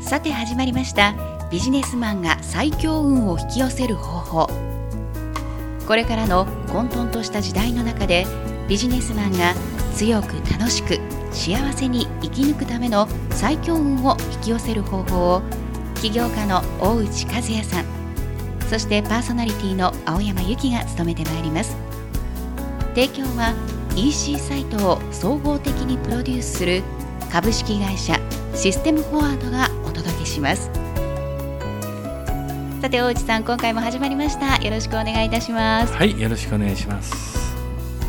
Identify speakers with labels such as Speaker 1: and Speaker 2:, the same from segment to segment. Speaker 1: さて始まりましたビジネスマンが最強運を引き寄せる方法これからの混沌とした時代の中でビジネスマンが強く楽しく幸せに生き抜くための最強運を引き寄せる方法を起業家の大内和也さんそしてパーソナリティの青山由紀が務めてまいります提供は EC サイトを総合的にプロデュースする株式会社システムフォワードがお届けしますさて大内さん今回も始まりましたよろしくお願いいたします
Speaker 2: はい、よろしくお願いします。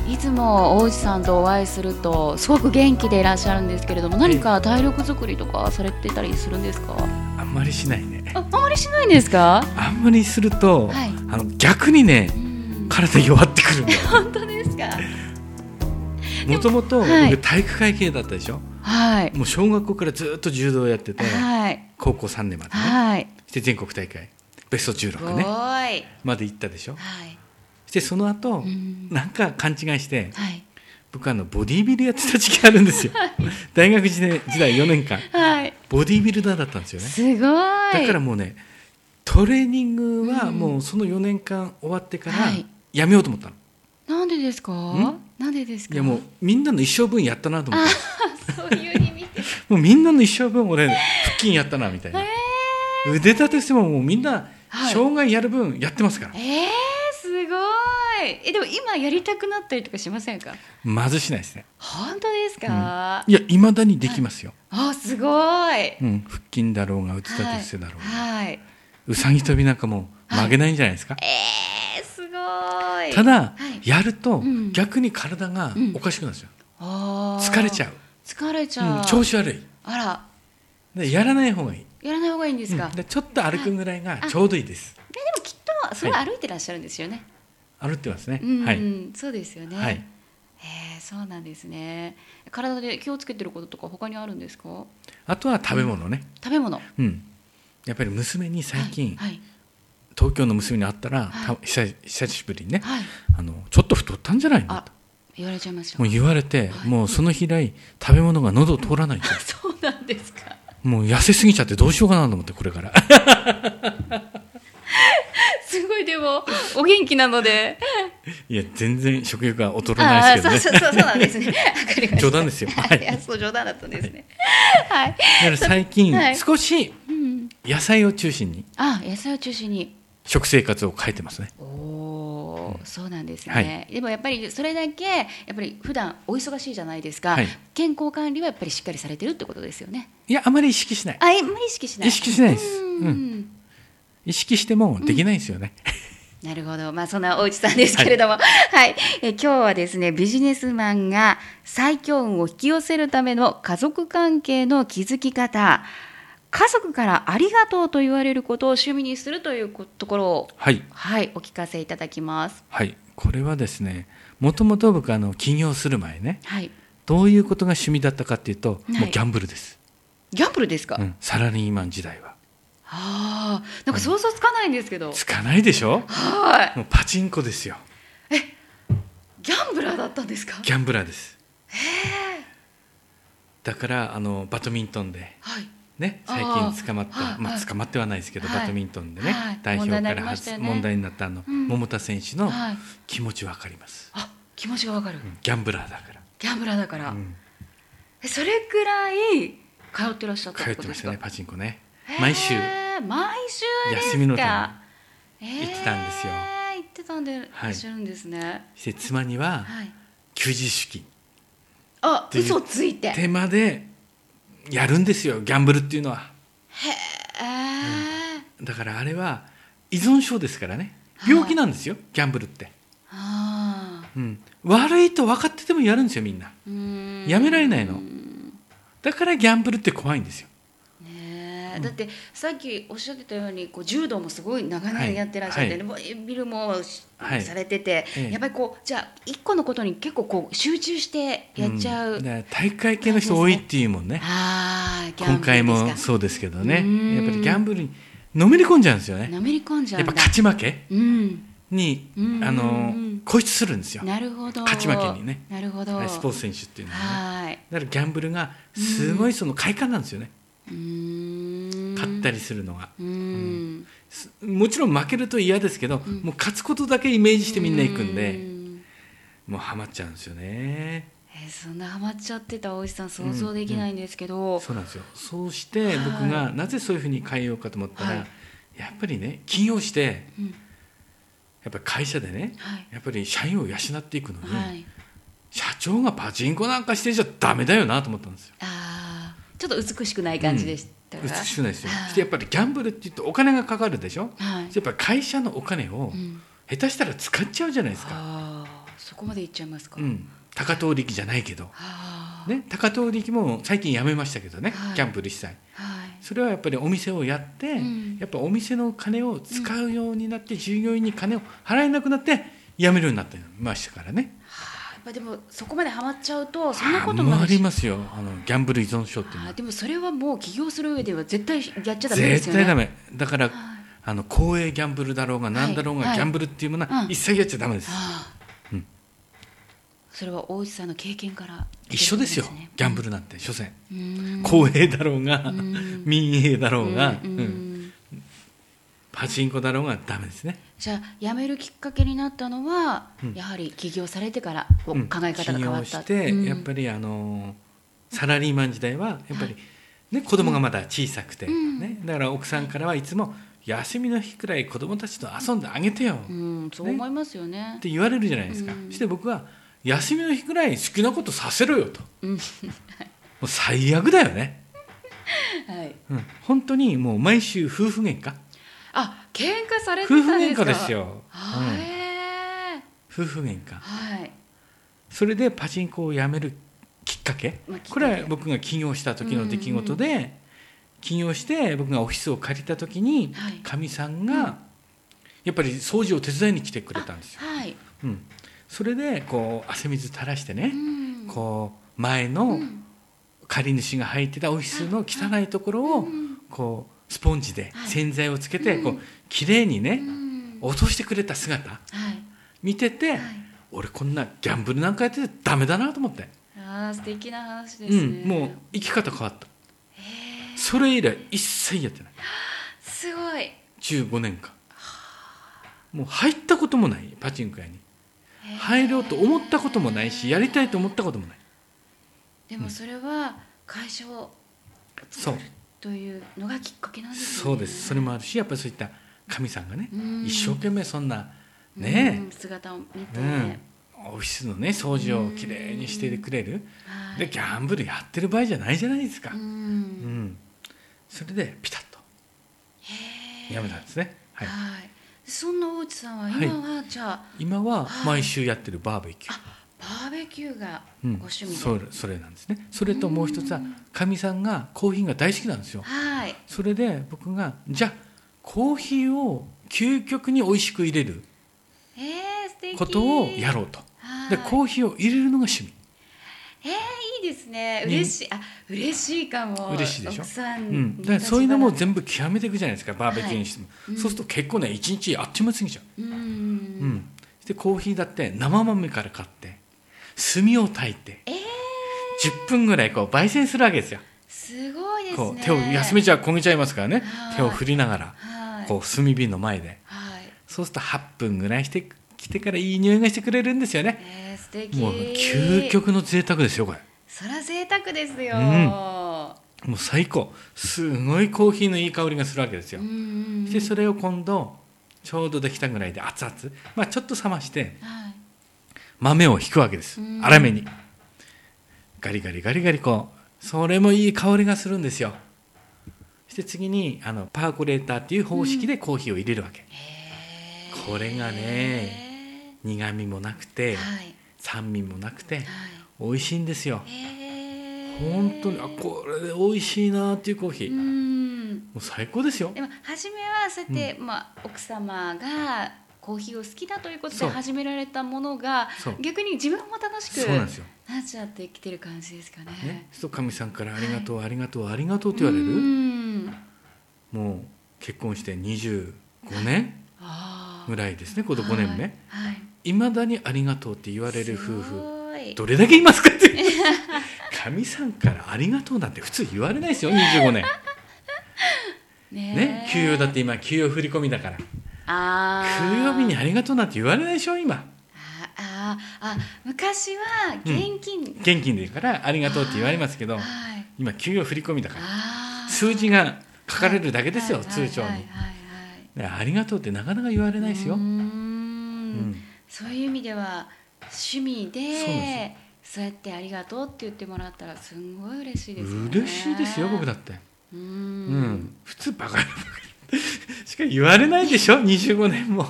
Speaker 1: いつも大内さんとお会いするとすごく元気でいらっしゃるんですけれども何か体力作りとかされてたりするんですか
Speaker 2: あんまりしないね。
Speaker 1: ああんまりしないんですか
Speaker 2: あんまりすると、
Speaker 1: はい
Speaker 2: あの逆にね、
Speaker 1: うん
Speaker 2: 体弱ってくるん だよ。
Speaker 1: 本当ですか
Speaker 2: もともと
Speaker 1: はい
Speaker 2: 僕体育会系だったでしょ。
Speaker 1: はい
Speaker 2: もう小学校からずっと柔道やってて、
Speaker 1: はい
Speaker 2: 高校3年までね。
Speaker 1: はい
Speaker 2: そして全国大会ベスト
Speaker 1: すご
Speaker 2: 16
Speaker 1: い
Speaker 2: ね
Speaker 1: はい
Speaker 2: まで行ったでしょ。そしてその後、
Speaker 1: ん
Speaker 2: なんか勘違いして、
Speaker 1: はい
Speaker 2: 僕あのボディービルやってた時期あるんで すよ。大学時代時代4年間
Speaker 1: はい
Speaker 2: ボディービルダーだったんですよね。
Speaker 1: すごい
Speaker 2: だからもうねトレーニングはもうその4年間終わってから
Speaker 1: はい
Speaker 2: やめようと思ったの、
Speaker 1: なんでですか
Speaker 2: ん
Speaker 1: なんでですか
Speaker 2: い、やもうみんなの一生分やったなと思って
Speaker 1: そういう 意味
Speaker 2: もうみんなの一生分俺腹筋やったなみたいな、腕立てしてももうみんな
Speaker 1: はい
Speaker 2: 障害やる分やってますから、
Speaker 1: えー、すごいえでも今やりたくなったりとかしませんか
Speaker 2: まずしないですね
Speaker 1: 本当ですか、
Speaker 2: いやいまだにできますよ、
Speaker 1: あすごい
Speaker 2: うん、腹筋だろうが腕立て伏せだろうが、
Speaker 1: はい、はい、
Speaker 2: うさぎ跳びなんかもう曲げないんじゃないですか、
Speaker 1: えー、すごい
Speaker 2: ただ、
Speaker 1: はい
Speaker 2: やると
Speaker 1: うん
Speaker 2: 逆に体がおかしくなるんですよ、疲
Speaker 1: 疲
Speaker 2: れちゃう
Speaker 1: 疲れち
Speaker 2: う
Speaker 1: ゃう、
Speaker 2: ん調子悪い
Speaker 1: あら
Speaker 2: でやらない方がいい
Speaker 1: やらない方がいいんですか、
Speaker 2: うん
Speaker 1: えで
Speaker 2: でちょっと歩くぐらいがちょうどいいです。
Speaker 1: もきっとすごい歩いてらっしゃるんですよね、
Speaker 2: 歩ってますね。
Speaker 1: うん、
Speaker 2: はい。
Speaker 1: そうですよね、
Speaker 2: はい。
Speaker 1: えー、そうなんですね体で気をつけてることとか他にあるんですか
Speaker 2: あとは食べ物ね。
Speaker 1: 食べ物
Speaker 2: うん。やっぱり娘に最近、
Speaker 1: はい
Speaker 2: 東京の娘に会ったら、
Speaker 1: はい
Speaker 2: た久し久しぶりにね、
Speaker 1: はい、はい、
Speaker 2: あのちょっと太ったんじゃないの
Speaker 1: あ
Speaker 2: と
Speaker 1: 言われちゃいました
Speaker 2: もう言われて、
Speaker 1: はい
Speaker 2: もうその日以来食べ物が喉を通らないんですよ
Speaker 1: そうなんですか
Speaker 2: もう痩せすぎちゃってどうしようかなと思ってこれから。
Speaker 1: すごいでもお元気なので
Speaker 2: いや全然食欲が劣ら
Speaker 1: あ
Speaker 2: な
Speaker 1: あ
Speaker 2: いですけど
Speaker 1: ーそ
Speaker 2: ね。
Speaker 1: うそうそうそうなんです ね。わかりました。
Speaker 2: 冗談ですよ
Speaker 1: は。
Speaker 2: はいい
Speaker 1: いやそう冗談だったんですね。はい。
Speaker 2: だから最近、
Speaker 1: はい
Speaker 2: 少し
Speaker 1: うん。
Speaker 2: 野菜を中心に
Speaker 1: あ野菜を中心に。
Speaker 2: 食生活を変えてますね。
Speaker 1: おおーそうなんですね。
Speaker 2: は
Speaker 1: でもやっぱりそれだけやっぱり普段お忙しいじゃないですか。
Speaker 2: はい
Speaker 1: 健康管理はやっぱりしっかりされてるってことですよね。
Speaker 2: いやあまり意識しない。
Speaker 1: あえあんまり意識しない。
Speaker 2: 意識しないです
Speaker 1: うん。
Speaker 2: 意識してもできないですよね。
Speaker 1: なるほど、まあ、そんな大内さんですけれども、はいえ今日はですねビジネスマンが最強運を引き寄せるための家族関係の築き方家族からありがとうと言われることを趣味にするということころを、
Speaker 2: はい
Speaker 1: はい、お聞かせいただきます。
Speaker 2: はい、これはですねもともと僕あの起業する前ね
Speaker 1: はい、
Speaker 2: どういうことが趣味だったかっていうと、
Speaker 1: はい
Speaker 2: もうギャンブルです、
Speaker 1: ギャンブルですか、
Speaker 2: うん、サラリーマン時代は
Speaker 1: ああなんか想像つかないんですけど、
Speaker 2: つかないでしょ
Speaker 1: はい
Speaker 2: もうパチンコですよ
Speaker 1: ギャンブラーだったんですか
Speaker 2: ギャンブラーですだからあのバドミントンで
Speaker 1: はい
Speaker 2: ね最
Speaker 1: あ
Speaker 2: 近
Speaker 1: ー
Speaker 2: 捕まった
Speaker 1: はい
Speaker 2: ま
Speaker 1: は
Speaker 2: あ、
Speaker 1: い
Speaker 2: 捕まってはないですけど、
Speaker 1: はい
Speaker 2: バドミントンでね、
Speaker 1: はい
Speaker 2: 代表
Speaker 1: 問題にな
Speaker 2: か
Speaker 1: り
Speaker 2: ら
Speaker 1: ましたよね
Speaker 2: 問題になったあの、
Speaker 1: うん
Speaker 2: 桃田選手の
Speaker 1: はい、
Speaker 2: 気持ちわかります、
Speaker 1: あ気持ちがわかる、
Speaker 2: うんギャンブラーだから、
Speaker 1: ギャンブラーだから、
Speaker 2: うん
Speaker 1: えそれくらい通ってらっしゃったっ
Speaker 2: 通
Speaker 1: て
Speaker 2: っ
Speaker 1: こと
Speaker 2: てま
Speaker 1: で
Speaker 2: し
Speaker 1: す
Speaker 2: た
Speaker 1: か
Speaker 2: ねパチンコね毎週
Speaker 1: へー毎週ですか
Speaker 2: 休みの日は
Speaker 1: 行
Speaker 2: ってたんですよ
Speaker 1: 行ってたんでいらっしゃるんですね。
Speaker 2: して妻には
Speaker 1: はい。
Speaker 2: 休日出勤
Speaker 1: あ、
Speaker 2: ていう
Speaker 1: 嘘ついて。へ
Speaker 2: 手間でやるんですよギャンブルっていうのは
Speaker 1: え。
Speaker 2: だからあれは依存症ですからね病気なんですよ、ギャンブルって、
Speaker 1: ああ。
Speaker 2: うん、悪いと分かっててもやるんですよみんな
Speaker 1: うーん
Speaker 2: やめられないの
Speaker 1: ね
Speaker 2: だからギャンブルって怖いんですよ
Speaker 1: えだってさっきおっしゃってたようにこう柔道もすごい長
Speaker 2: は
Speaker 1: 年
Speaker 2: い
Speaker 1: やってらっしゃって、
Speaker 2: はい
Speaker 1: ねもうビルもし
Speaker 2: はい
Speaker 1: されてて、
Speaker 2: ええ
Speaker 1: やっぱりこうじゃあ一個のことに結構こう集中してやっちゃう、
Speaker 2: んだから大会系の人多いっていうもんね
Speaker 1: ああ
Speaker 2: 今回もそうですけど
Speaker 1: う
Speaker 2: ね
Speaker 1: ーん
Speaker 2: やっぱりギャンブルにのめり込んじゃうんですよね
Speaker 1: なめり込んじゃ
Speaker 2: や
Speaker 1: う
Speaker 2: っ
Speaker 1: ん
Speaker 2: ぱ
Speaker 1: だ
Speaker 2: 勝ち負け
Speaker 1: うん
Speaker 2: に
Speaker 1: うんうんうん
Speaker 2: あの固執するんですよ
Speaker 1: なるほど
Speaker 2: 勝ち負けにね
Speaker 1: なるほど
Speaker 2: スポーツ選手っていうのはね
Speaker 1: はい
Speaker 2: だからギャンブルがすごいその快感なんですよね
Speaker 1: うーん
Speaker 2: ったりするのが、
Speaker 1: うんうん
Speaker 2: すもちろん負けると嫌ですけど、
Speaker 1: ん
Speaker 2: もう勝つことだけイメージしてみんな行くんで、
Speaker 1: うん
Speaker 2: もうハマっちゃうんですよね
Speaker 1: えーそんなハマっちゃってた大石さん想像できないんですけど、
Speaker 2: そうなんですよそうして
Speaker 1: はい
Speaker 2: 僕がなぜそういうふうに変えようかと思ったら、
Speaker 1: はい
Speaker 2: やっぱりね起業して
Speaker 1: うん
Speaker 2: やっぱり会社でね
Speaker 1: はい
Speaker 2: やっぱり社員を養っていくのに、
Speaker 1: はい
Speaker 2: 社長がパチンコなんかしてちゃダメだよなと思ったんですよ
Speaker 1: あーちょっと美しくない感じでしたが、
Speaker 2: 美しくないですよ
Speaker 1: はい
Speaker 2: そしてやっぱりギャンブルって言うとお金がかかるでしょ
Speaker 1: はい
Speaker 2: やっぱり会社のお金を
Speaker 1: うん
Speaker 2: 下手したら使っちゃうじゃないですか、
Speaker 1: あーそこまでいっちゃいますか、
Speaker 2: うん、高遠力じゃないけど、
Speaker 1: あー
Speaker 2: ね、高遠力も最近やめましたけどね、
Speaker 1: はい
Speaker 2: ギャンブル一切
Speaker 1: はい
Speaker 2: それはやっぱりお店をやって、
Speaker 1: うん
Speaker 2: やっぱお店の金を使うようになって、従業員に金を払えなくなって辞めるようになってましたからね
Speaker 1: はあやっぱでもそこまでハマっちゃうとそんなこと
Speaker 2: あ
Speaker 1: も
Speaker 2: もう
Speaker 1: あ
Speaker 2: あ
Speaker 1: る
Speaker 2: り
Speaker 1: し
Speaker 2: ますよあのギャンブル依存症っていうの
Speaker 1: あ
Speaker 2: は
Speaker 1: ーでもそれはもう起業する上では絶対やっちゃダメです
Speaker 2: 絶
Speaker 1: よね
Speaker 2: 対ダメだから、
Speaker 1: はい
Speaker 2: あの公営ギャンブルだろうが何だろうが、
Speaker 1: はい
Speaker 2: ギャンブルっていうもの
Speaker 1: う
Speaker 2: は
Speaker 1: ん
Speaker 2: 一切やっちゃダメです、
Speaker 1: ああ
Speaker 2: うん
Speaker 1: それは大石さんの経験から
Speaker 2: 一緒ですよギャンブルなんて所詮、
Speaker 1: ル
Speaker 2: 公営だろうが、
Speaker 1: ん
Speaker 2: 民営だろうが、
Speaker 1: うん
Speaker 2: うんパチンコだろうがダメですね、
Speaker 1: じゃあ辞めるきっかけになったのは、
Speaker 2: うん
Speaker 1: やはり起業されてからこう
Speaker 2: うん
Speaker 1: 考え方が変わった、
Speaker 2: 起業して、
Speaker 1: うん
Speaker 2: やっぱりあのサラリーマン時代はやっぱ
Speaker 1: はい
Speaker 2: り、ね、子供がまだ小さくて、
Speaker 1: うん
Speaker 2: ね、だから奥さんからはいつも「休みの日くらい子供たちと遊んであげてよ」
Speaker 1: う
Speaker 2: っ
Speaker 1: ん、そう思いますよね
Speaker 2: て言われるじゃないですか、
Speaker 1: うん
Speaker 2: そして僕は「休みの日くらい好きなことさせろよ」と
Speaker 1: うん
Speaker 2: もう最悪だよね、
Speaker 1: はい、
Speaker 2: うん、本当にもう毎週夫婦喧嘩
Speaker 1: あ喧嘩されてた
Speaker 2: 夫婦
Speaker 1: んです
Speaker 2: 喧
Speaker 1: か
Speaker 2: 嘩ですよ、
Speaker 1: は
Speaker 2: うん
Speaker 1: い、へえ
Speaker 2: 夫婦喧嘩
Speaker 1: はい
Speaker 2: それでパチンコをやめるきっかけ
Speaker 1: まあきっかけ
Speaker 2: これは僕が起業した時の出来事で、起業して僕がオフィスを借りた時に
Speaker 1: はい
Speaker 2: かみ、さん
Speaker 1: うん
Speaker 2: がやっぱり掃除を手伝いに来てくれたんですよ。
Speaker 1: はい、
Speaker 2: うん、それでこう汗水垂らしてね、
Speaker 1: ん
Speaker 2: こう前
Speaker 1: う
Speaker 2: の
Speaker 1: ん
Speaker 2: 借り主が入ってたオフィスの汚いところ
Speaker 1: う
Speaker 2: を
Speaker 1: ん
Speaker 2: こうスポンジで
Speaker 1: はい
Speaker 2: 洗剤をつけて
Speaker 1: う
Speaker 2: こうん綺麗に
Speaker 1: う
Speaker 2: ね
Speaker 1: ん
Speaker 2: 落としてくれた姿
Speaker 1: はい
Speaker 2: 見てて
Speaker 1: はい
Speaker 2: 俺こんなギャンブルなんかやっててダメだなと思って。
Speaker 1: ああ素敵な話です
Speaker 2: う
Speaker 1: ね、
Speaker 2: ん、もう生き方変わった
Speaker 1: へえ
Speaker 2: それ以来一切やってない
Speaker 1: すごい
Speaker 2: 15年間もう入ったこともないパチンコ屋に入ろうと思ったこともないしやりたいと思ったこともない
Speaker 1: でもそれは会社を
Speaker 2: そう
Speaker 1: というのがきっかけなんですね
Speaker 2: そうですそれもあるしやっぱりそういった神さんがね
Speaker 1: うん
Speaker 2: 一生懸命そんなね
Speaker 1: うん姿を見
Speaker 2: え
Speaker 1: て、
Speaker 2: うんオフィスのね掃除をきれいにしてくれる
Speaker 1: はい
Speaker 2: でギャンブルやってる場合じゃないじゃないですか
Speaker 1: う
Speaker 2: うんんそれでピタッと
Speaker 1: へえ
Speaker 2: やめたんですね
Speaker 1: は
Speaker 2: はいい
Speaker 1: そんな大内さんは今は、じゃあ
Speaker 2: 今は毎週やってるバーベキュー
Speaker 1: バーベキューが
Speaker 2: う
Speaker 1: ご
Speaker 2: ん
Speaker 1: 趣味で、
Speaker 2: それそれなんですねそれともう一つはかみさんがコーヒーが大好きなんですよ
Speaker 1: はい
Speaker 2: それで僕がじゃあコーヒーを究極に美味しく入れる
Speaker 1: えー、素敵
Speaker 2: ことをやろうと
Speaker 1: はい
Speaker 2: でコーヒーを入れるのが趣味
Speaker 1: えー、いいですね
Speaker 2: ね
Speaker 1: 嬉しいあ嬉しいかも
Speaker 2: 嬉しいでしょ
Speaker 1: 奥さ
Speaker 2: うんん、
Speaker 1: に
Speaker 2: だからそういうのも
Speaker 1: 立ち
Speaker 2: 全部極めていくじゃないですかバーベキューにしても、
Speaker 1: うん
Speaker 2: そうすると結構ね一日あっちも過ぎちゃ
Speaker 1: 話がう
Speaker 2: う、
Speaker 1: ん、
Speaker 2: うんでコーヒーだって生豆から買って炭を炊いて
Speaker 1: えー、
Speaker 2: 10分ぐらいこう焙煎するわけですよ
Speaker 1: すごいですね
Speaker 2: こう手を休めちゃ焦げちゃいますからね
Speaker 1: はい
Speaker 2: 手を振りながら
Speaker 1: はい
Speaker 2: こう炭火の前で
Speaker 1: はい
Speaker 2: そうすると8分ぐらいしてきてからいい匂いがしてくれるんですよね。
Speaker 1: えー、素敵
Speaker 2: もう究極の贅沢ですよこれ。
Speaker 1: そら贅沢ですよ、
Speaker 2: う
Speaker 1: うんん
Speaker 2: もう最高。すごいコーヒーのいい香りがするわけですよ
Speaker 1: う。ん
Speaker 2: でそれを今度ちょうどできたぐらいで熱々、まあ、ちょっと冷まして
Speaker 1: はい
Speaker 2: 豆を引くわけです
Speaker 1: うん
Speaker 2: 粗めにガリガリガリガリこうそれもいい香りがするんですよそして次にあのパーコレーターっていう方式でコーヒーを入れるわけ、
Speaker 1: へー
Speaker 2: これがね苦味もなくて
Speaker 1: はい
Speaker 2: 酸味もなくて
Speaker 1: は
Speaker 2: 美味しいんですよ
Speaker 1: いへー
Speaker 2: 本当にあこれで美味しいなっていうコーヒー、
Speaker 1: う
Speaker 2: も
Speaker 1: ん
Speaker 2: う最高ですよ
Speaker 1: でも初めはそうやって、まあ、奥様がコーヒーを好きだということで
Speaker 2: そう
Speaker 1: 始められたものが
Speaker 2: そう
Speaker 1: 逆に自分も楽しく
Speaker 2: そうなんですよ、
Speaker 1: なっちゃってきてる感じですかね。
Speaker 2: ね、そうするとかみさんから「ありがとう、ありがとうありがとう」って言われ
Speaker 1: う
Speaker 2: る
Speaker 1: ん
Speaker 2: もう結婚して25年
Speaker 1: あ
Speaker 2: ぐらいですねこの5年目
Speaker 1: はいはい
Speaker 2: いまだに「ありがとう」って言われる夫
Speaker 1: す
Speaker 2: 婦
Speaker 1: ごい
Speaker 2: どれだけいます かってかみさんから「ありがとう」なんて普通言われないですよ25年
Speaker 1: ね
Speaker 2: ね、給与だって今給与振り込みだから
Speaker 1: あー
Speaker 2: 給与日にありがとうなんて言われないでしょ今
Speaker 1: あああ昔は現金、
Speaker 2: 現金でからありがとうって言われますけど
Speaker 1: はい
Speaker 2: 今給与振り込みだから
Speaker 1: あー
Speaker 2: 数字が書かれるだけですよ、
Speaker 1: はい
Speaker 2: 通帳に、
Speaker 1: はいはいはいはい
Speaker 2: でありがとうってなかなか言われないですよ、
Speaker 1: うーん
Speaker 2: うん
Speaker 1: そういう意味では趣味でそ
Speaker 2: そうな
Speaker 1: うんやっ
Speaker 2: で
Speaker 1: てありがとうって言ってもらったらすんごい嬉しいですよね
Speaker 2: 嬉しいですよ僕だって、
Speaker 1: うーん
Speaker 2: うん普通バカバカしか言われないでしょ25年も
Speaker 1: い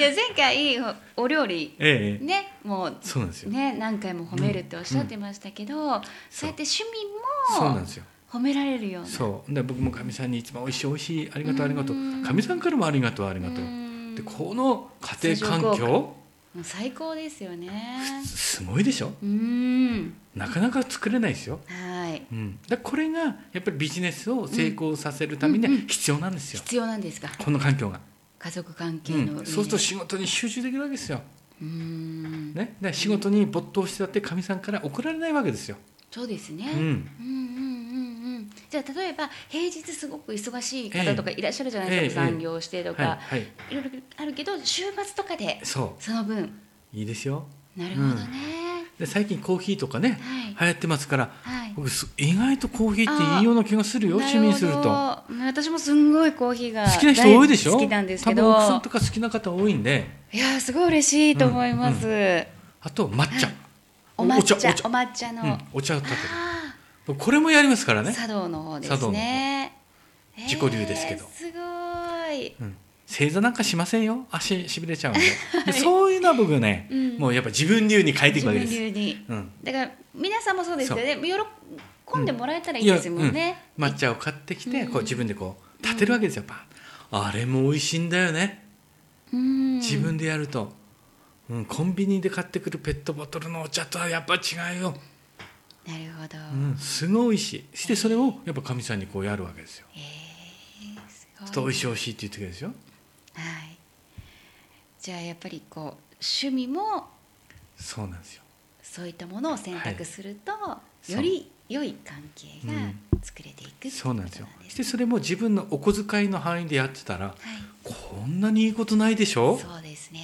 Speaker 1: や前回おお料理
Speaker 2: ええ
Speaker 1: ねもう
Speaker 2: そうなんですよ、
Speaker 1: ね何回も褒めるっておっしゃってましたけど、そうやって趣
Speaker 2: そうなん
Speaker 1: 味も
Speaker 2: ですよ
Speaker 1: 褒められるような
Speaker 2: そうで僕もかみさんにいつもおいしいおいしいありがとうありがとう
Speaker 1: うん
Speaker 2: かみさんからもありがとうあり
Speaker 1: う
Speaker 2: がとう
Speaker 1: ーん
Speaker 2: でこの家庭環
Speaker 1: 相乗
Speaker 2: 境
Speaker 1: もう最高ですよね
Speaker 2: すごいでしょ
Speaker 1: うーん
Speaker 2: なかなか作れないですよ、
Speaker 1: はい
Speaker 2: うん、だからこれがやっぱりビジネスを成功させるためには
Speaker 1: うんうんうん
Speaker 2: 必要なんですよ、
Speaker 1: 必要なんですか
Speaker 2: この環境が、
Speaker 1: 家族関
Speaker 2: う
Speaker 1: 係の上で、
Speaker 2: ん、そうすると仕事に集中できるわけですよ、
Speaker 1: うーん
Speaker 2: ね、だから仕事に没頭してたってかみさんから怒られないわけですよ、
Speaker 1: そうですね、
Speaker 2: う
Speaker 1: うん
Speaker 2: ん、
Speaker 1: うんうんうん、じゃあ例えば平日すごく忙しい方とかいらっしゃるじゃないですか、
Speaker 2: ええええ
Speaker 1: 残業してと
Speaker 2: はい
Speaker 1: か、
Speaker 2: はい
Speaker 1: いろいろあるけど週末とかで
Speaker 2: そ
Speaker 1: その分
Speaker 2: ういいですよ
Speaker 1: なるほどね、
Speaker 2: で最近コーヒーとかね
Speaker 1: はい
Speaker 2: 流行ってますから
Speaker 1: はい
Speaker 2: 僕す意外とコーヒーっていいような気がするよ趣味にすると好
Speaker 1: なほど私もすんごいコーヒーが
Speaker 2: きな人多いでしょ
Speaker 1: 大好きなんですけ
Speaker 2: 多分奥さ
Speaker 1: ど
Speaker 2: んとか好きな方多いんで
Speaker 1: いやーすごい嬉しいと思います、
Speaker 2: あと抹茶、
Speaker 1: お抹茶
Speaker 2: お
Speaker 1: お
Speaker 2: 茶お茶
Speaker 1: 抹茶の、
Speaker 2: うん
Speaker 1: あ、
Speaker 2: お茶を立て
Speaker 1: あ
Speaker 2: るこれもやりますから
Speaker 1: ー
Speaker 2: ね、
Speaker 1: 茶道の方で
Speaker 2: 茶道
Speaker 1: す
Speaker 2: の方
Speaker 1: ねえー
Speaker 2: 自己流ですけど
Speaker 1: すごい
Speaker 2: うん、正座なんかしませんよ足しびれちゃうんででそういうのは僕ね、
Speaker 1: うん
Speaker 2: もうやっぱ自分流に変えていく
Speaker 1: 自
Speaker 2: わけ
Speaker 1: 分
Speaker 2: です
Speaker 1: 流に
Speaker 2: うん、
Speaker 1: だから皆さんもそうですよね喜んでもらえたらいい
Speaker 2: や
Speaker 1: ですもんね、
Speaker 2: うん抹茶を買ってきて、
Speaker 1: うん
Speaker 2: こう自分でこう立てるわけですよパーンあれも美味しいんだよね
Speaker 1: うん
Speaker 2: 自分でやると、うん、コンビニで買ってくるペットボトルのお茶とはやっぱ違うよ、
Speaker 1: なるほど、
Speaker 2: うん、すごい美味しいそしてそれをやっぱかみさんにこうやるわけですよ
Speaker 1: えーすごい
Speaker 2: ちょっと美味しい美味しいって言ってくれるでしょ
Speaker 1: はい、じゃあやっぱりこう趣味も
Speaker 2: そうなんですよ
Speaker 1: そういったものを選択すると、
Speaker 2: い
Speaker 1: より良い関係が作れていくってい
Speaker 2: そうなんですよ
Speaker 1: こと
Speaker 2: そしてそれも自分のお小遣いの範囲でやってたら
Speaker 1: はい
Speaker 2: こんなにいいことないでしょ
Speaker 1: そうですね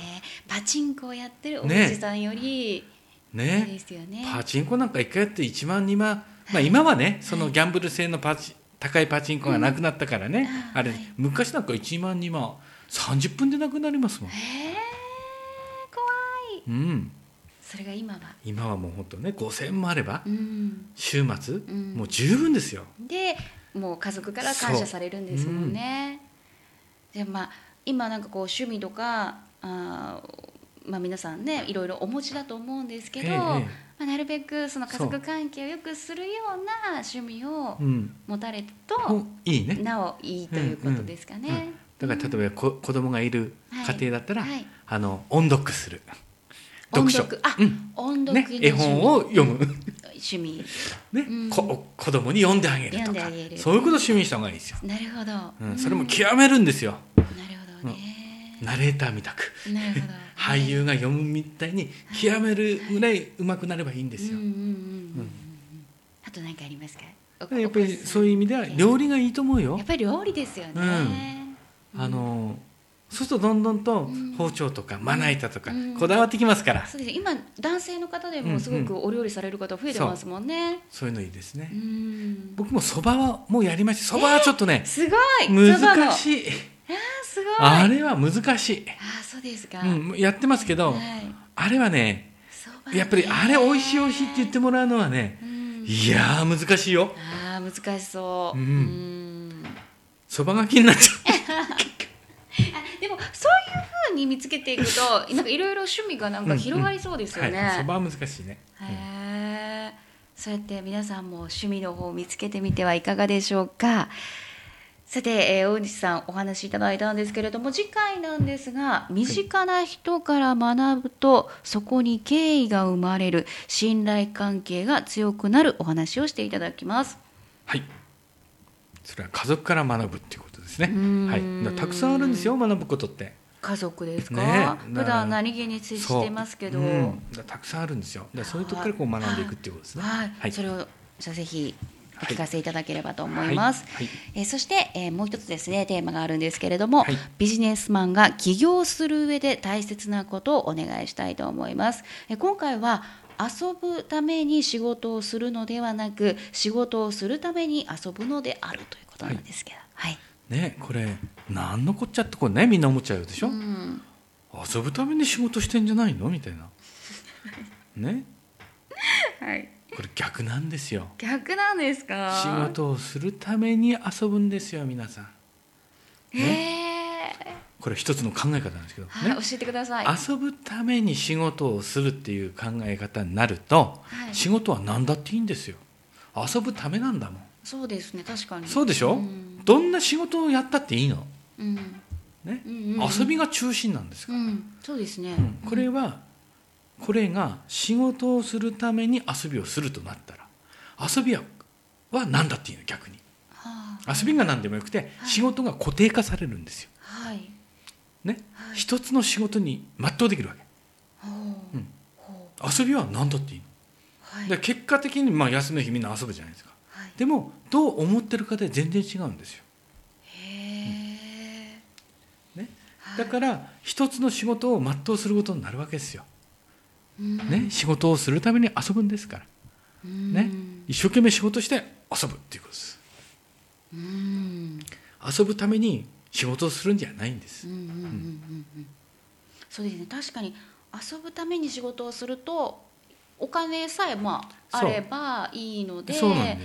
Speaker 1: パチンコをやってるお
Speaker 2: ね
Speaker 1: じさんより、いいで
Speaker 2: ね
Speaker 1: すよね
Speaker 2: パチンコなんか一回やって1万2万、まあ、今はねそのギャンブル性のパチ高いパチンコがなくなったからね、
Speaker 1: うん
Speaker 2: あれ
Speaker 1: はい
Speaker 2: 昔なんか1万2万30分でなくなりますもん
Speaker 1: え、ー、怖い
Speaker 2: うん、
Speaker 1: それが今は
Speaker 2: 今はもう本当ね5000もあれば
Speaker 1: うん
Speaker 2: 週末、
Speaker 1: ん
Speaker 2: もう十分ですよ
Speaker 1: でもう家族から感謝されるんですもんね。でまあ今なんかこう趣味とかあーまあ皆さんねいろいろお持ちだと思うんですけど、
Speaker 2: ええええ
Speaker 1: まあ、なるべくその家
Speaker 2: そ
Speaker 1: 族
Speaker 2: う
Speaker 1: 関係を良くするような趣味を
Speaker 2: うん、
Speaker 1: 持たれる
Speaker 2: もう
Speaker 1: と、
Speaker 2: いいね
Speaker 1: なおいいということですかね。
Speaker 2: うんだから例えばこ子供がいる家庭だったら、
Speaker 1: はいはい
Speaker 2: あの音読する
Speaker 1: 音
Speaker 2: 読書
Speaker 1: 読あ、
Speaker 2: うん
Speaker 1: 音読
Speaker 2: ね
Speaker 1: の、
Speaker 2: 絵本を読む、
Speaker 1: 趣味
Speaker 2: ね
Speaker 1: うん
Speaker 2: こ子供に読んであげると
Speaker 1: 読んで
Speaker 2: か
Speaker 1: あげる
Speaker 2: そういうことを趣味にした方がいいですよ、
Speaker 1: なるほど、
Speaker 2: うん、それも
Speaker 1: なる
Speaker 2: 極めるんですよ、
Speaker 1: ほどね、
Speaker 2: ナレーターみたく
Speaker 1: なるほど
Speaker 2: 俳優が読むみたいに極めるぐらいうまくなればいいんですよ、
Speaker 1: うんうんうんうんうん、あと何かありますかお
Speaker 2: やっぱりそういうう意味では料理がいいと思うよ
Speaker 1: やっぱり料理ですよね、うん
Speaker 2: あのそうするとどんどんと
Speaker 1: うん
Speaker 2: 包丁とかまな板とか
Speaker 1: うん
Speaker 2: こだわってきますから、
Speaker 1: そうです今男性の方で
Speaker 2: うんう
Speaker 1: も
Speaker 2: ん
Speaker 1: すごくお料理される方増えてますもんね、
Speaker 2: そういうのいいですね、
Speaker 1: うん
Speaker 2: 僕もそばはもうやりましたそばはちょっとね、
Speaker 1: すごい
Speaker 2: 難
Speaker 1: い
Speaker 2: しい
Speaker 1: あーすごい
Speaker 2: あれは難しい、
Speaker 1: あーそうですか、
Speaker 2: うん、やってますけど、
Speaker 1: はい
Speaker 2: あれはね
Speaker 1: そばね
Speaker 2: やっぱりあれ美味しい美味しいって言ってもらうのはね
Speaker 1: うん
Speaker 2: いやー難しいよ
Speaker 1: あー難しそう、
Speaker 2: うん
Speaker 1: ん
Speaker 2: そばが気になっちゃう
Speaker 1: あでもそういうふうに見つけていく となんかいろいろ趣味がなんか広がりそうですよね、
Speaker 2: はいそばは難しいね、うん
Speaker 1: へえそうやって皆さんも趣味の方を見つけてみてはいかがでしょうかさて、えー大西さんお話しいただいたんですけれども次回なんですが身近な人から学ぶとそこに敬意が生まれる信頼関係が強くなるお話をしていただきます。
Speaker 2: はいそれは家族から学ぶっていうことですね
Speaker 1: ん
Speaker 2: はいだからたくさんあるんですよ学ぶことって
Speaker 1: 家族ですか、
Speaker 2: ねえだから
Speaker 1: 普段何気に接してますけど、
Speaker 2: そううんだからたくさんあるんですよだからそういうとこからこう学んでいくっていうことですね
Speaker 1: はい、
Speaker 2: はい
Speaker 1: それをじゃあぜひお聞かせいただければと思います。
Speaker 2: はい
Speaker 1: えーそして、えーもう一つですねテーマがあるんですけれども、
Speaker 2: はい
Speaker 1: ビジネスマンが起業する上で大切なことをお願いしたいと思います、えー今回は遊ぶために仕事をするのではなく仕事をするために遊ぶのであるということなんですけどはい、
Speaker 2: ねこれ何のこっちゃってこれねみんな思っちゃうでしょ、
Speaker 1: うん
Speaker 2: 遊ぶために仕事してんじゃないのみたいなね
Speaker 1: はい、
Speaker 2: これ逆なんですよ
Speaker 1: 逆なんですか
Speaker 2: 仕事をするために遊ぶんですよ皆さん
Speaker 1: へえ、
Speaker 2: これ一つの考え方なんですけど、ね
Speaker 1: はい教えてください
Speaker 2: 遊ぶために仕事をするっていう考え方になると、
Speaker 1: はい
Speaker 2: 仕事は何だっていいんですよ遊ぶためなんだもん
Speaker 1: そうですね確かに
Speaker 2: そうでしょ、
Speaker 1: うん
Speaker 2: どんな仕事をやったっていいの、
Speaker 1: うん
Speaker 2: ね
Speaker 1: うんうんうん
Speaker 2: 遊びが中心なんですか
Speaker 1: う
Speaker 2: ら、
Speaker 1: んそうですね、
Speaker 2: うんこれはこれが仕事をするために遊びをするとなったら遊びはは何だっていいの逆に
Speaker 1: はあ
Speaker 2: 遊びが何でもよくて
Speaker 1: はい
Speaker 2: 仕事が固定化されるんですよ、
Speaker 1: はい
Speaker 2: ね
Speaker 1: はい
Speaker 2: 一つの仕事に全うできるわけ
Speaker 1: ほう
Speaker 2: うん
Speaker 1: ほう
Speaker 2: 遊びは何だっていいの
Speaker 1: はい
Speaker 2: で結果的にまあ休みの日みんな遊ぶじゃないですか
Speaker 1: はい
Speaker 2: でもどう思ってるかで全然違うんですよ
Speaker 1: へえ
Speaker 2: ね
Speaker 1: はい
Speaker 2: だから一つの仕事を全うすることになるわけですよ、
Speaker 1: うん
Speaker 2: ね、仕事をするために遊ぶんですから
Speaker 1: うん
Speaker 2: ね一生懸命仕事して遊ぶっていうことです
Speaker 1: うん
Speaker 2: 遊ぶために仕事をするんじゃないんで
Speaker 1: う
Speaker 2: す
Speaker 1: んうんうんうんうんそうですね確かに遊ぶために仕事をするとお金さえまああ
Speaker 2: そう
Speaker 1: ればいいので
Speaker 2: そうなんだよ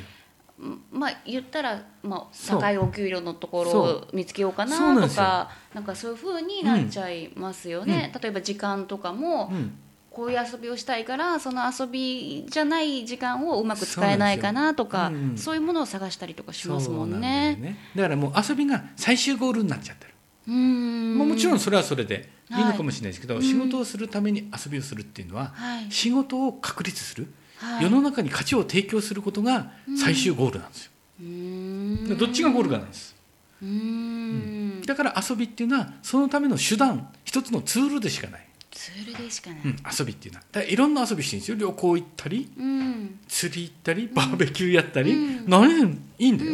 Speaker 1: うんまあ言ったらまあ
Speaker 2: そう
Speaker 1: 高いお給料のところ
Speaker 2: そ
Speaker 1: を見つけようか
Speaker 2: そうなん
Speaker 1: な
Speaker 2: で
Speaker 1: と
Speaker 2: すよ
Speaker 1: かなんかそういう風になっちゃいますよね例えば時間とかも
Speaker 2: うん
Speaker 1: こういう遊びをしたいからその遊びじゃない時間をうまく使えないかなとか
Speaker 2: そう
Speaker 1: そう,、
Speaker 2: なんですようん
Speaker 1: いうものを探したりとかしますもん
Speaker 2: そうなん
Speaker 1: ね。
Speaker 2: だよだからもう遊びが最終ゴールになっちゃってる、
Speaker 1: うーん
Speaker 2: まあもちろんそれはそれでいいの
Speaker 1: はい
Speaker 2: かもしれないですけど、
Speaker 1: うん
Speaker 2: 仕事をするために遊びをするっていうのは、
Speaker 1: はい
Speaker 2: 仕事を確立する、
Speaker 1: はい、
Speaker 2: 世の中に価値を提供することが最終ゴールなんですよ、
Speaker 1: うー
Speaker 2: で
Speaker 1: ん
Speaker 2: どっちがゴールかなんです
Speaker 1: うーん
Speaker 2: だから遊びっていうのはそのための手段一つのツールでしかない、
Speaker 1: ツールでしかない、
Speaker 2: うん、遊びっていうのはだからいろんな遊びしてるんですよ旅行行ったり
Speaker 1: うん、うん
Speaker 2: 釣り行ったりバーベキューやったり、
Speaker 1: うん
Speaker 2: 何でもいいん
Speaker 1: う
Speaker 2: だ
Speaker 1: ん
Speaker 2: よ、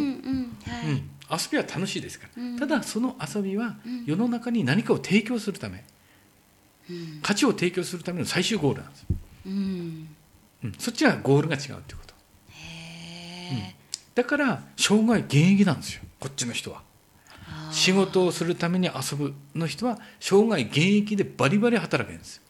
Speaker 1: はい、
Speaker 2: うん遊びは楽しいですから、
Speaker 1: うん
Speaker 2: ただその遊びは
Speaker 1: うん
Speaker 2: 世の中に何かを提供するため
Speaker 1: うん
Speaker 2: 価値を提供するための最終ゴールなんですよ、
Speaker 1: うん
Speaker 2: うん、そっちはゴールが違うっていうこと
Speaker 1: へえ、
Speaker 2: だから生涯現役なんですよこっちの人は
Speaker 1: あー
Speaker 2: 仕事をするために遊ぶの人は生涯現役でバリバリ働けるんですよ、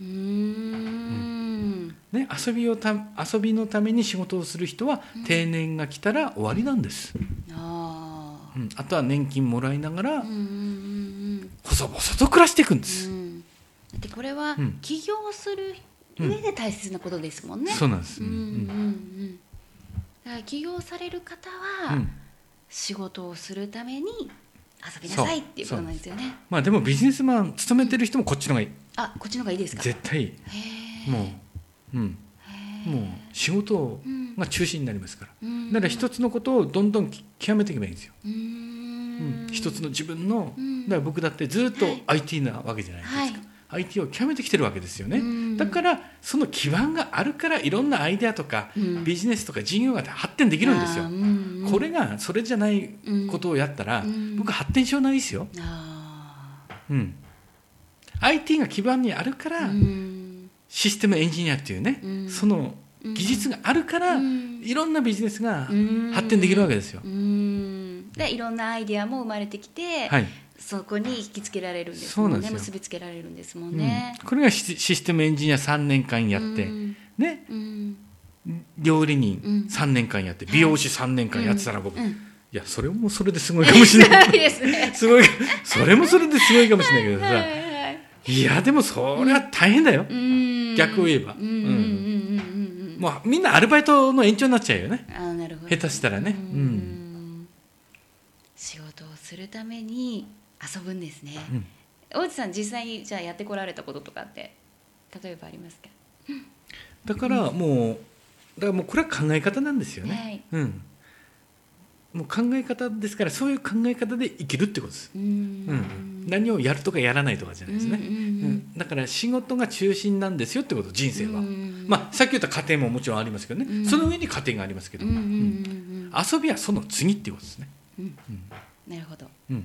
Speaker 1: うーん
Speaker 2: ね、遊びをた遊びのために仕事をする人は定年が来たら終わりなんです、
Speaker 1: あ
Speaker 2: うん、あとは年金もらいなが
Speaker 1: あ
Speaker 2: ら
Speaker 1: うんうんうんうん
Speaker 2: 細々と暮らしていくんです、
Speaker 1: うんでこれは
Speaker 2: うん
Speaker 1: 起業する上で大切なことですもんね。
Speaker 2: そうなんです、
Speaker 1: うんうん
Speaker 2: うん
Speaker 1: うんだから起業される方
Speaker 2: う
Speaker 1: は
Speaker 2: ん
Speaker 1: 仕事をするために遊びなさいっていうことなんですよね。
Speaker 2: まあでもビジネスマン勤めてる人もこっちの方がいい
Speaker 1: あこっちの方がいいですか。
Speaker 2: 絶対
Speaker 1: へー
Speaker 2: もう、うん、
Speaker 1: へー
Speaker 2: もう仕事
Speaker 1: うん
Speaker 2: が中心になりますから
Speaker 1: うん
Speaker 2: だから一つのことをどんどんき極めていけばいいんですよ、
Speaker 1: うー
Speaker 2: う
Speaker 1: ん
Speaker 2: ん一つの自分の、
Speaker 1: うん
Speaker 2: だから僕だってずっと IT なわけじゃないですか、
Speaker 1: はい
Speaker 2: IT を極めてきてるわけですよね、
Speaker 1: うん
Speaker 2: だからその基盤があるからいろんなアイデアとか、
Speaker 1: うん
Speaker 2: ビジネスとか事業が発展できるんですよ
Speaker 1: あー、うんうん
Speaker 2: これがそれじゃないことをやったら、
Speaker 1: うん
Speaker 2: 僕発展しようないですよ、
Speaker 1: あ
Speaker 2: うん、IT が基盤にある
Speaker 1: ー
Speaker 2: から、
Speaker 1: うん
Speaker 2: システムエンジニアっていうね、
Speaker 1: うん
Speaker 2: その技術があるから、
Speaker 1: うん
Speaker 2: いろんなビジネスが
Speaker 1: うん
Speaker 2: 発展できるわけですよ
Speaker 1: う、んでいろんなアイデアも生まれてきて、
Speaker 2: はい
Speaker 1: そこに引きつけられるんです
Speaker 2: そう
Speaker 1: も
Speaker 2: なん
Speaker 1: ん
Speaker 2: で
Speaker 1: ね
Speaker 2: すよ
Speaker 1: 結びつけられるんですも
Speaker 2: うん
Speaker 1: ね、
Speaker 2: んこれがシシステムエンジニア3年間やって、
Speaker 1: うん
Speaker 2: ね
Speaker 1: うん
Speaker 2: 料理人
Speaker 1: うん
Speaker 2: 3年間やって、美容師3年間やってたら僕、
Speaker 1: うん
Speaker 2: い
Speaker 1: うん
Speaker 2: やそれもそれですごいかもしれない
Speaker 1: いいですね
Speaker 2: すごいそれもそれですごいかもしれないけど
Speaker 1: はいは
Speaker 2: さ
Speaker 1: いはい
Speaker 2: いやでもそりゃ大変だよ、
Speaker 1: うん
Speaker 2: 逆を言えば
Speaker 1: うんうんうんうんうん
Speaker 2: もうみんなアルバイトの延長になっちゃうよね
Speaker 1: あーなるほど
Speaker 2: 下手したらね
Speaker 1: うん仕事をするために遊ぶんですね、
Speaker 2: うん
Speaker 1: 大内さん実際にじゃあやってこられたこととかって例えばありますか
Speaker 2: だからもうだからもうこれは考え方なんですよね、
Speaker 1: はい
Speaker 2: うんもう考え方ですからそういう考え方で生きるってことです
Speaker 1: うん
Speaker 2: うん何をやるとかやらないとかじゃないです
Speaker 1: うんう
Speaker 2: ね、
Speaker 1: んうん
Speaker 2: うんだから仕事が中心なんですよってこと人生は、
Speaker 1: うん
Speaker 2: まあ、さっき言った家庭ももちろんありますけどね、
Speaker 1: うん
Speaker 2: その上に家庭がありますけど、
Speaker 1: うんうんうん
Speaker 2: うん
Speaker 1: うん
Speaker 2: 遊びはその次っていうことですね、
Speaker 1: うん
Speaker 2: うん
Speaker 1: なるほど
Speaker 2: うん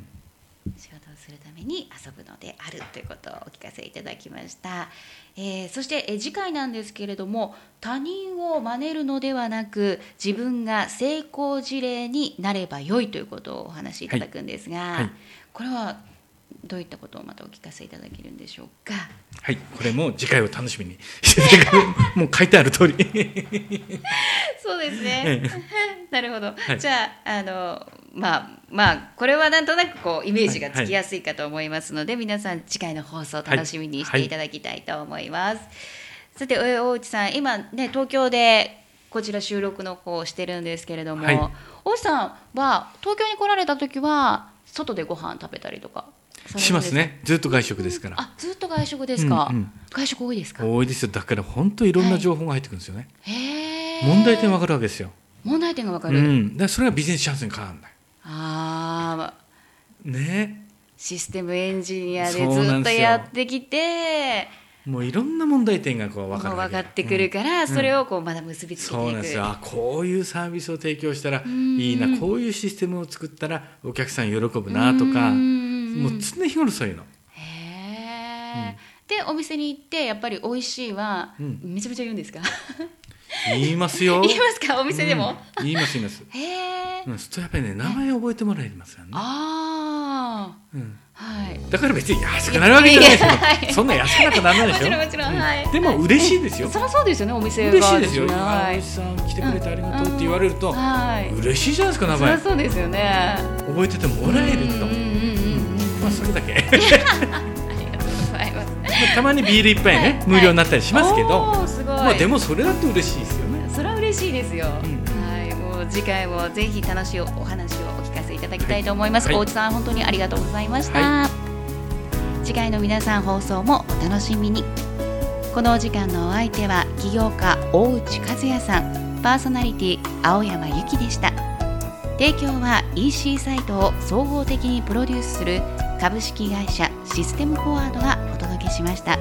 Speaker 1: 仕事をするために遊ぶのであるということをお聞かせいただきました、えーそして、えー次回なんですけれども他人を真似るのではなく自分が成功事例になれば良いということをお話しいただくんですが、
Speaker 2: いはい
Speaker 1: これはどういったことをまたお聞かせいただけるんでしょうか
Speaker 2: はい、これも次回を楽しみにしててくれ もう書いてある通り
Speaker 1: そうです
Speaker 2: え
Speaker 1: ね なるほど、
Speaker 2: はい
Speaker 1: じゃああのまあまあこれはなんとなくこうイメージがつきやすいかと思いますので、皆さん次回の放送楽しみにしていただきたいと思います、さてえ大内さん今ね東京でこちら収録の方をしてるんですけれども、
Speaker 2: はい
Speaker 1: 大内さんは東京に来られた時は外でご飯食べたりとかされるんですか
Speaker 2: しますねずっと外食ですから
Speaker 1: あずっと外食ですか、
Speaker 2: うんうん
Speaker 1: 外食多いですか
Speaker 2: 多いですよだから本当いろんな情報が入ってくるんですよね、
Speaker 1: へー
Speaker 2: 問題点わかるわけですよ、
Speaker 1: 問題点がわか
Speaker 2: う
Speaker 1: る、
Speaker 2: ん、だからそれがビジネスチャンスに変わらない
Speaker 1: ああ
Speaker 2: ね
Speaker 1: システムエンジニアで
Speaker 2: そう
Speaker 1: ず
Speaker 2: なん
Speaker 1: っと
Speaker 2: ですよ
Speaker 1: やってきて
Speaker 2: もういろんな問題点がこ
Speaker 1: も
Speaker 2: う
Speaker 1: う
Speaker 2: 分かるわ
Speaker 1: 分
Speaker 2: け
Speaker 1: かってくるから、それをこうまだ結びつけていく
Speaker 2: そうなんですよあこういうサービスを提供したらいい
Speaker 1: うんう
Speaker 2: なんこういうシステムを作ったらお客さん喜ぶなとか
Speaker 1: うん
Speaker 2: もう常日頃そういうの
Speaker 1: へえ、でお店に行ってやっぱり美味しいは、
Speaker 2: うん
Speaker 1: めちゃめちゃ言うん ですか
Speaker 2: 言いますよ
Speaker 1: 言いますかお店でも、
Speaker 2: うん言います言います
Speaker 1: へえ、
Speaker 2: うん、そうするとやっぱりね名前覚えてもらえますよね、
Speaker 1: ああ
Speaker 2: うん、
Speaker 1: はい
Speaker 2: だから別に安くなるわけじゃないです
Speaker 1: い
Speaker 2: よ
Speaker 1: やいやいや
Speaker 2: そんな安くなんかならないでしょ
Speaker 1: もちろんもちろん
Speaker 2: う
Speaker 1: はい
Speaker 2: でも嬉しいですよ
Speaker 1: そりゃそうですよねお店が
Speaker 2: 嬉しいですよ「
Speaker 1: は
Speaker 2: あ
Speaker 1: い
Speaker 2: おじさん来てくれてありがとう」って言われると
Speaker 1: はい
Speaker 2: 嬉しいじゃないですか名
Speaker 1: そりゃ
Speaker 2: 前
Speaker 1: そうですよね
Speaker 2: 覚えててもらえる
Speaker 1: うんうん
Speaker 2: と
Speaker 1: うんうん
Speaker 2: まあそれだけ
Speaker 1: ありがとうございます
Speaker 2: たまにビール一杯ね
Speaker 1: はい
Speaker 2: 無料になったりしますけど
Speaker 1: おーすごい、
Speaker 2: まあでもそれだって嬉しいですよね
Speaker 1: それは嬉しいですよ、
Speaker 2: ん
Speaker 1: はいもう次回もぜひ楽しいお話をお聞かせいただきたいと思います、
Speaker 2: はい
Speaker 1: 大内さん本当にありがとうございました、
Speaker 2: は
Speaker 1: 次回の皆さん放送もお楽しみにこのお時間のお相手は起業家大内和也さんパーソナリティ青山由紀でした提供は EC サイトを総合的にプロデュースする株式会社システムフォワードがお届けしました